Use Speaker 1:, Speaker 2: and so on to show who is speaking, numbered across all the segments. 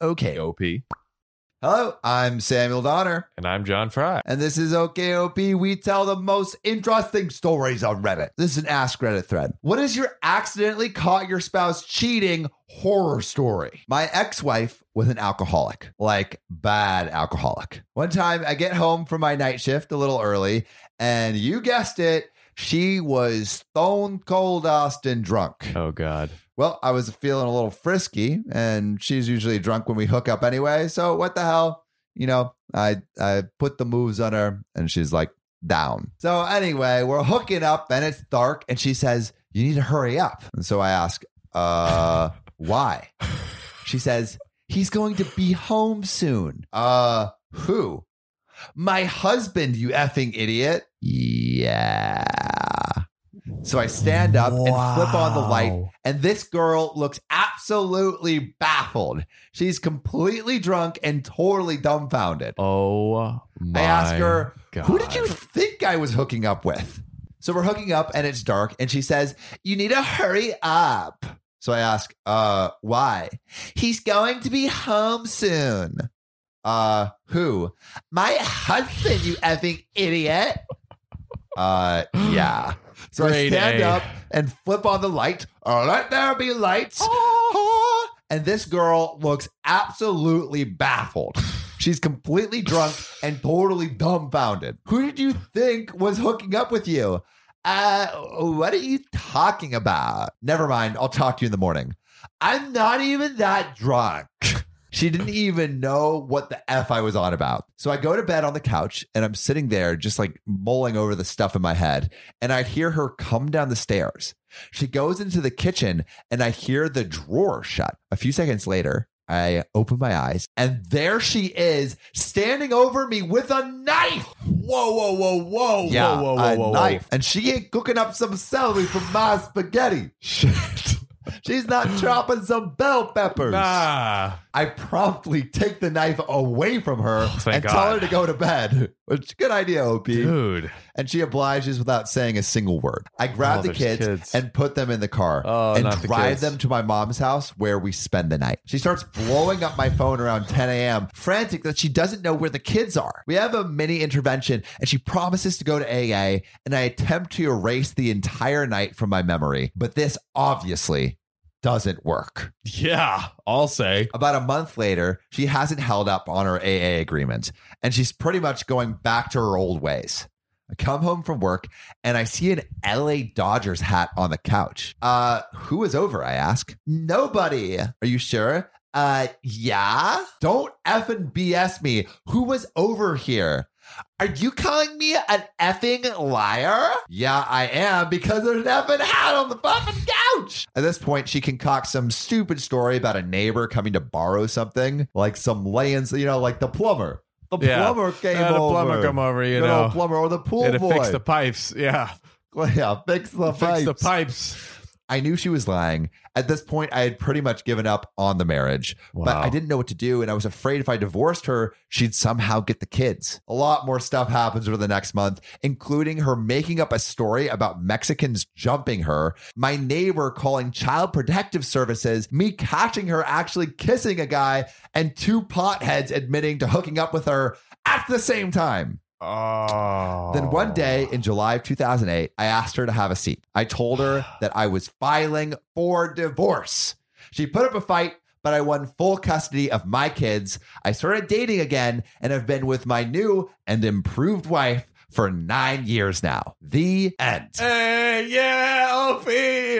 Speaker 1: Okay.
Speaker 2: OP.
Speaker 1: Hello, I'm Samuel Donner,
Speaker 2: And I'm John Fry.
Speaker 1: and this is OKOP. We tell the most interesting stories on Reddit. This is an Ask Reddit thread. What is your accidentally caught your spouse cheating horror story? My ex wife was an alcoholic, like bad alcoholic. One time I get home from my night shift a little early, and you guessed it, she was stone cold Austin drunk.
Speaker 2: Oh, God.
Speaker 1: Well, I was feeling a little frisky, and she's usually drunk when we hook up anyway. So what the hell, you know? I I put the moves on her, and she's like down. So anyway, we're hooking up, and it's dark, and she says, "You need to hurry up." And so I ask, "Uh, why?" She says, "He's going to be home soon." Uh, who? My husband, you effing idiot. Yeah. So I stand up and flip on the light and this girl looks absolutely baffled. She's completely drunk and totally dumbfounded.
Speaker 2: Oh, my
Speaker 1: I ask her,
Speaker 2: Oh, God.
Speaker 1: Who did you think I was hooking up with? So we're hooking up and it's dark, and she says, You need to hurry up. So I ask, uh, why? He's going to be home soon. Uh, who? My husband, you effing idiot. Uh, yeah. So I
Speaker 2: Grade
Speaker 1: stand
Speaker 2: A.
Speaker 1: up and flip on the light. Uh, Let there be lights. And this girl looks absolutely baffled. She's completely drunk and totally dumbfounded. Who did you think was hooking up with you? Uh, what are you talking about? Never mind. I'll talk to you in the morning. I'm not even that drunk. She didn't even know what the F I was on about. So I go to bed on the couch and I'm sitting there just like mulling over the stuff in my head. And I hear her come down the stairs. She goes into the kitchen and I hear the drawer shut. A few seconds later, I open my eyes and there she is standing over me with a knife.
Speaker 2: Whoa, whoa, whoa, whoa, whoa, whoa,
Speaker 1: a
Speaker 2: whoa, whoa.
Speaker 1: knife. And she ain't cooking up some celery for my spaghetti.
Speaker 2: Shit.
Speaker 1: She's not chopping some bell peppers.
Speaker 2: Nah.
Speaker 1: I promptly take the knife away from her
Speaker 2: Oh,
Speaker 1: and
Speaker 2: thank
Speaker 1: tell
Speaker 2: God.
Speaker 1: her to go to bed. Which good idea, OP.
Speaker 2: Dude.
Speaker 1: And she obliges without saying a single word. I grab
Speaker 2: Oh,
Speaker 1: the
Speaker 2: there's
Speaker 1: kids,
Speaker 2: kids.
Speaker 1: and put them in the car
Speaker 2: Oh,
Speaker 1: and
Speaker 2: not the
Speaker 1: drive
Speaker 2: kids.
Speaker 1: them to my mom's house where we spend the night. She starts blowing up my phone around 10 a.m., frantic that she doesn't know where the kids are. We have a mini intervention and she promises to go to AA, and I attempt to erase the entire night from my memory. But this obviously doesn't work.
Speaker 2: Yeah, I'll say.
Speaker 1: About a month later, she hasn't held up on her AA agreement and she's pretty much going back to her old ways. I come home from work and I see an LA Dodgers hat on the couch. Uh, who is over? I ask. Nobody. Are you sure? Uh, yeah. Don't effing BS me. Who was over here? Are you calling me an effing liar? Yeah, I am because there's an effing hat on the fucking couch. At this point, she concocts some stupid story about a neighbor coming to borrow something, like some lands, you know, like the plumber. The
Speaker 2: Yeah.
Speaker 1: plumber came
Speaker 2: Had a
Speaker 1: over.
Speaker 2: plumber come over, you
Speaker 1: Good old
Speaker 2: know.
Speaker 1: plumber or the pool
Speaker 2: And to
Speaker 1: boy.
Speaker 2: fix the pipes. Yeah.
Speaker 1: yeah, fix the
Speaker 2: Fix the
Speaker 1: pipes.
Speaker 2: pipes.
Speaker 1: I knew she was lying. At this point, I had pretty much given up on the marriage, but
Speaker 2: Wow.
Speaker 1: I didn't know what to do. And I was afraid if I divorced her, she'd somehow get the kids. A lot more stuff happens over the next month, including her making up a story about Mexicans jumping her, my neighbor calling child protective services, me catching her actually kissing a guy, and two potheads admitting to hooking up with her at the same time.
Speaker 2: Oh.
Speaker 1: Then one day in July of 2008, I asked her to have a seat. I told her that I was filing for divorce. She put up a fight, but I won full custody of my kids. I started dating again and have been with my new and improved wife for nine years now. The end.
Speaker 2: Hey, yeah, OP.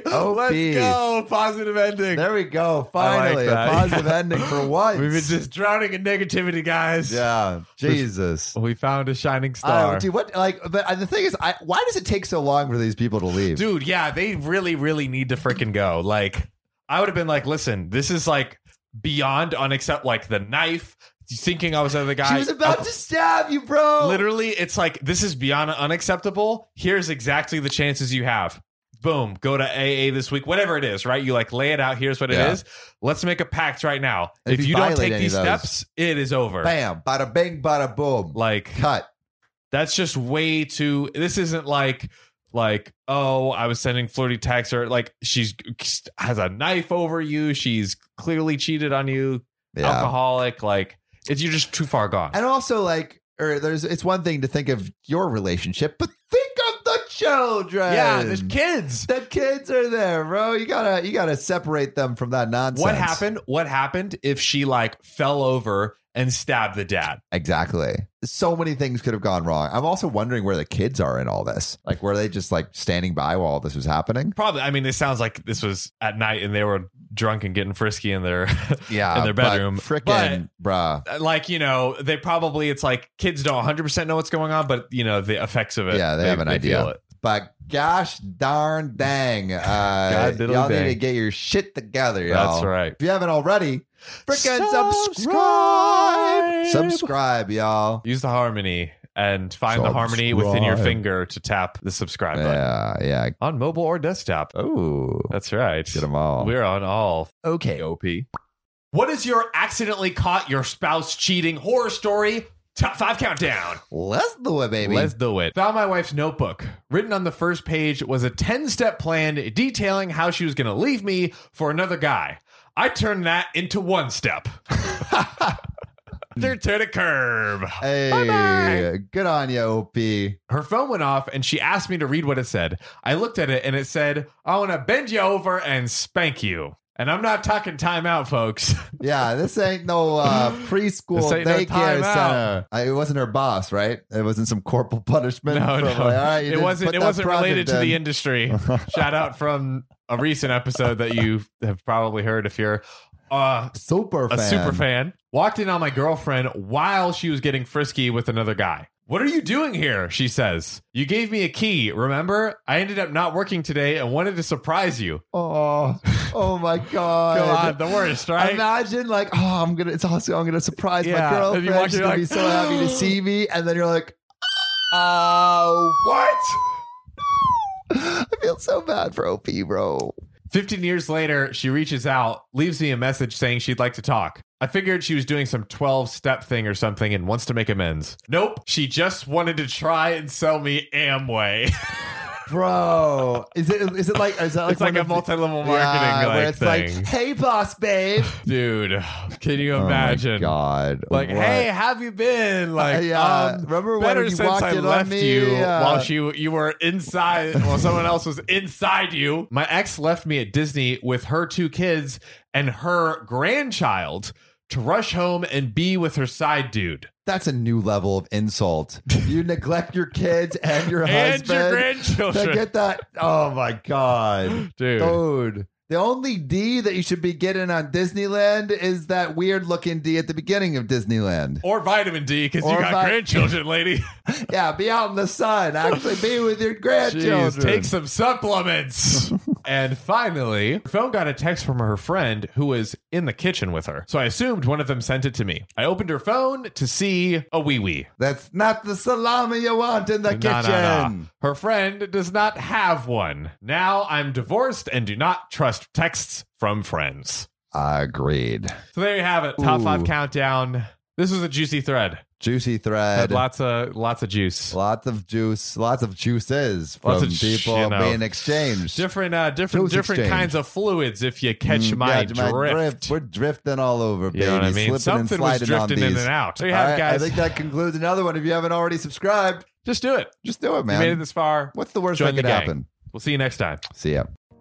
Speaker 1: OP.
Speaker 2: Let's go. Positive ending.
Speaker 1: There we go. Finally,
Speaker 2: that.
Speaker 1: a positive ending for once.
Speaker 2: We've been just drowning in negativity, guys.
Speaker 1: yeah, Jesus.
Speaker 2: We found a shining star.
Speaker 1: Oh, dude, what? Like, but uh, the thing is, I, why does it take so long for these people to leave?
Speaker 2: Dude, yeah, they really, really need to freaking go. Like, I would have been like, listen, this is like beyond unacceptable. Like, the knife, thinking I was the guy.
Speaker 1: she was about to stab you, bro.
Speaker 2: Literally, it's like, this is beyond unacceptable. Here's exactly the chances you have. Boom, go to AA this week, whatever it is, right? You like lay it out. Here's what
Speaker 1: Yeah.
Speaker 2: it is. Let's make a pact right now.
Speaker 1: And if
Speaker 2: If,
Speaker 1: you
Speaker 2: you, don't
Speaker 1: violate
Speaker 2: take
Speaker 1: any
Speaker 2: these
Speaker 1: of those-
Speaker 2: steps, it is over.
Speaker 1: Bam, bada bing, bada boom.
Speaker 2: Like,
Speaker 1: Cut.
Speaker 2: that's just way too this isn't like like oh i was sending flirty texts or like she's has a knife over you she's clearly cheated on you
Speaker 1: Yeah.
Speaker 2: alcoholic. Like it's you're just too far gone.
Speaker 1: And also, like, or there's it's one thing to think of your relationship, but think of the children.
Speaker 2: Yeah, there's kids.
Speaker 1: The kids are there, bro. You gotta you gotta separate them from that nonsense.
Speaker 2: What happened? What happened if she like fell over and stabbed the dad?
Speaker 1: Exactly. So many things could have gone wrong. I'm also wondering where the kids are in all this. Like, were they just like standing by while all this was happening?
Speaker 2: Probably. I mean, it sounds like this was at night and they were drunk and getting frisky in their
Speaker 1: Yeah,
Speaker 2: In their bedroom.
Speaker 1: Freaking, bruh.
Speaker 2: like you know they probably it's like kids don't 100% know what's going on but you know the effects of it
Speaker 1: Yeah, they have an idea.
Speaker 2: feel it.
Speaker 1: But gosh darn dang, uh,
Speaker 2: God diddly
Speaker 1: y'all
Speaker 2: dang.
Speaker 1: need to get your shit together, y'all.
Speaker 2: that's right
Speaker 1: If you haven't already, freaking subscribe.
Speaker 2: Subscribe.
Speaker 1: Subscribe, y'all.
Speaker 2: use the harmony and find the harmony within your
Speaker 1: Subscribe.
Speaker 2: finger to tap the subscribe button
Speaker 1: Yeah, yeah.
Speaker 2: on mobile or desktop
Speaker 1: Oh,
Speaker 2: that's right
Speaker 1: get them all.
Speaker 2: we're on all
Speaker 1: okay.
Speaker 2: op what is your accidentally caught your spouse cheating horror story top five countdown
Speaker 1: Let's do it, baby.
Speaker 2: Let's do it. Found my wife's notebook. Written on the first page was a 10 step plan detailing how she was going to leave me for another guy. I turned that into one step. They're to the curb.
Speaker 1: hey,
Speaker 2: Bye-bye.
Speaker 1: good on you, OP.
Speaker 2: Her phone went off and she asked me to read what it said. I looked at it and it said, I want to bend you over and spank you. And I'm not talking timeout, folks.
Speaker 1: Yeah, this ain't no uh, preschool
Speaker 2: This ain't no
Speaker 1: daycare
Speaker 2: timeout.
Speaker 1: center. I, it wasn't her boss, right? It wasn't some corporal punishment.
Speaker 2: No,
Speaker 1: from,
Speaker 2: no.
Speaker 1: like, all right, Ah, you
Speaker 2: it
Speaker 1: didn't
Speaker 2: wasn't
Speaker 1: put
Speaker 2: it
Speaker 1: that
Speaker 2: wasn't
Speaker 1: project
Speaker 2: related to the
Speaker 1: in.
Speaker 2: industry. Shout out from a recent episode that you have probably heard if you're uh
Speaker 1: super
Speaker 2: a
Speaker 1: fan.
Speaker 2: super fan walked in on my girlfriend while she was getting frisky with another guy what are you doing here she says you gave me a key remember i ended up not working today and wanted to surprise you
Speaker 1: Oh, oh my god.
Speaker 2: god the worst right
Speaker 1: Imagine like, oh, I'm gonna. It's also I'm gonna surprise
Speaker 2: Yeah,
Speaker 1: my
Speaker 2: and you walk in,
Speaker 1: girlfriend. She's
Speaker 2: you're
Speaker 1: gonna
Speaker 2: like,
Speaker 1: be so happy to see me, and then you're like,
Speaker 2: uh what
Speaker 1: I feel so bad for OP, bro.
Speaker 2: 15 years later she reaches out leaves me a message saying she'd like to talk I figured she was doing some 12 step thing or something and wants to make amends. Nope. She just wanted to try and sell me Amway.
Speaker 1: Bro, is it is it like is that like
Speaker 2: it's like
Speaker 1: one
Speaker 2: a
Speaker 1: of the-
Speaker 2: multi level marketing
Speaker 1: Yeah,
Speaker 2: like,
Speaker 1: where it's
Speaker 2: thing.
Speaker 1: like, hey, boss, babe.
Speaker 2: dude can you
Speaker 1: Oh my
Speaker 2: imagine
Speaker 1: God,
Speaker 2: like
Speaker 1: What?
Speaker 2: hey have you been like
Speaker 1: Uh, yeah.
Speaker 2: um
Speaker 1: Remember when
Speaker 2: better
Speaker 1: you
Speaker 2: since
Speaker 1: walked
Speaker 2: i
Speaker 1: in on
Speaker 2: left
Speaker 1: me?
Speaker 2: you
Speaker 1: Yeah.
Speaker 2: while she you were inside while someone else was inside you my ex left me at disney with her two kids and her grandchild to rush home and be with her side dude
Speaker 1: that's a new level of insult. You neglect your kids and your
Speaker 2: and your
Speaker 1: husband. to
Speaker 2: grandchildren
Speaker 1: get that. Oh my God,
Speaker 2: dude
Speaker 1: dude. The only D that you should be getting on Disneyland is that weird looking D at the beginning of Disneyland.
Speaker 2: or vitamin d because you
Speaker 1: Or
Speaker 2: got
Speaker 1: vi-
Speaker 2: grandchildren lady
Speaker 1: Yeah, be out in the sun. Actually, be with your grandchildren.
Speaker 2: Jeez, take some supplements. and finally, her phone got a text from her friend who was in the kitchen with her. So I assumed one of them sent it to me. I opened her phone to see a wee wee.
Speaker 1: That's not the salami you want in the
Speaker 2: Nah, nah,
Speaker 1: kitchen.
Speaker 2: nah. Her friend does not have one. Now I'm divorced and do not trust texts from friends.
Speaker 1: Agreed.
Speaker 2: So there you have it. Top
Speaker 1: Ooh.
Speaker 2: five countdown. This was a juicy thread.
Speaker 1: Juicy
Speaker 2: Had
Speaker 1: thread.
Speaker 2: lots of lots of juice.
Speaker 1: Lots of juice, lots of juices from
Speaker 2: Lots of ju-
Speaker 1: people
Speaker 2: you know,
Speaker 1: being exchanged.
Speaker 2: Different uh different
Speaker 1: Dose
Speaker 2: different
Speaker 1: exchange.
Speaker 2: kinds of fluids if you catch
Speaker 1: Mm,
Speaker 2: my,
Speaker 1: yeah,
Speaker 2: drift.
Speaker 1: We're drifting all over, baby.
Speaker 2: You know what I mean?
Speaker 1: Slipping
Speaker 2: Something
Speaker 1: and
Speaker 2: was
Speaker 1: sliding on
Speaker 2: drifting in
Speaker 1: these.
Speaker 2: and out. There you
Speaker 1: All
Speaker 2: have
Speaker 1: right,
Speaker 2: it,
Speaker 1: I
Speaker 2: guys.
Speaker 1: think that concludes another one. If you haven't already subscribed,
Speaker 2: Just do it.
Speaker 1: just do it,
Speaker 2: You made it
Speaker 1: man.
Speaker 2: this far.
Speaker 1: What's the worst
Speaker 2: Join
Speaker 1: that
Speaker 2: the
Speaker 1: could
Speaker 2: gang.
Speaker 1: happen?
Speaker 2: We'll see you next time.
Speaker 1: See ya.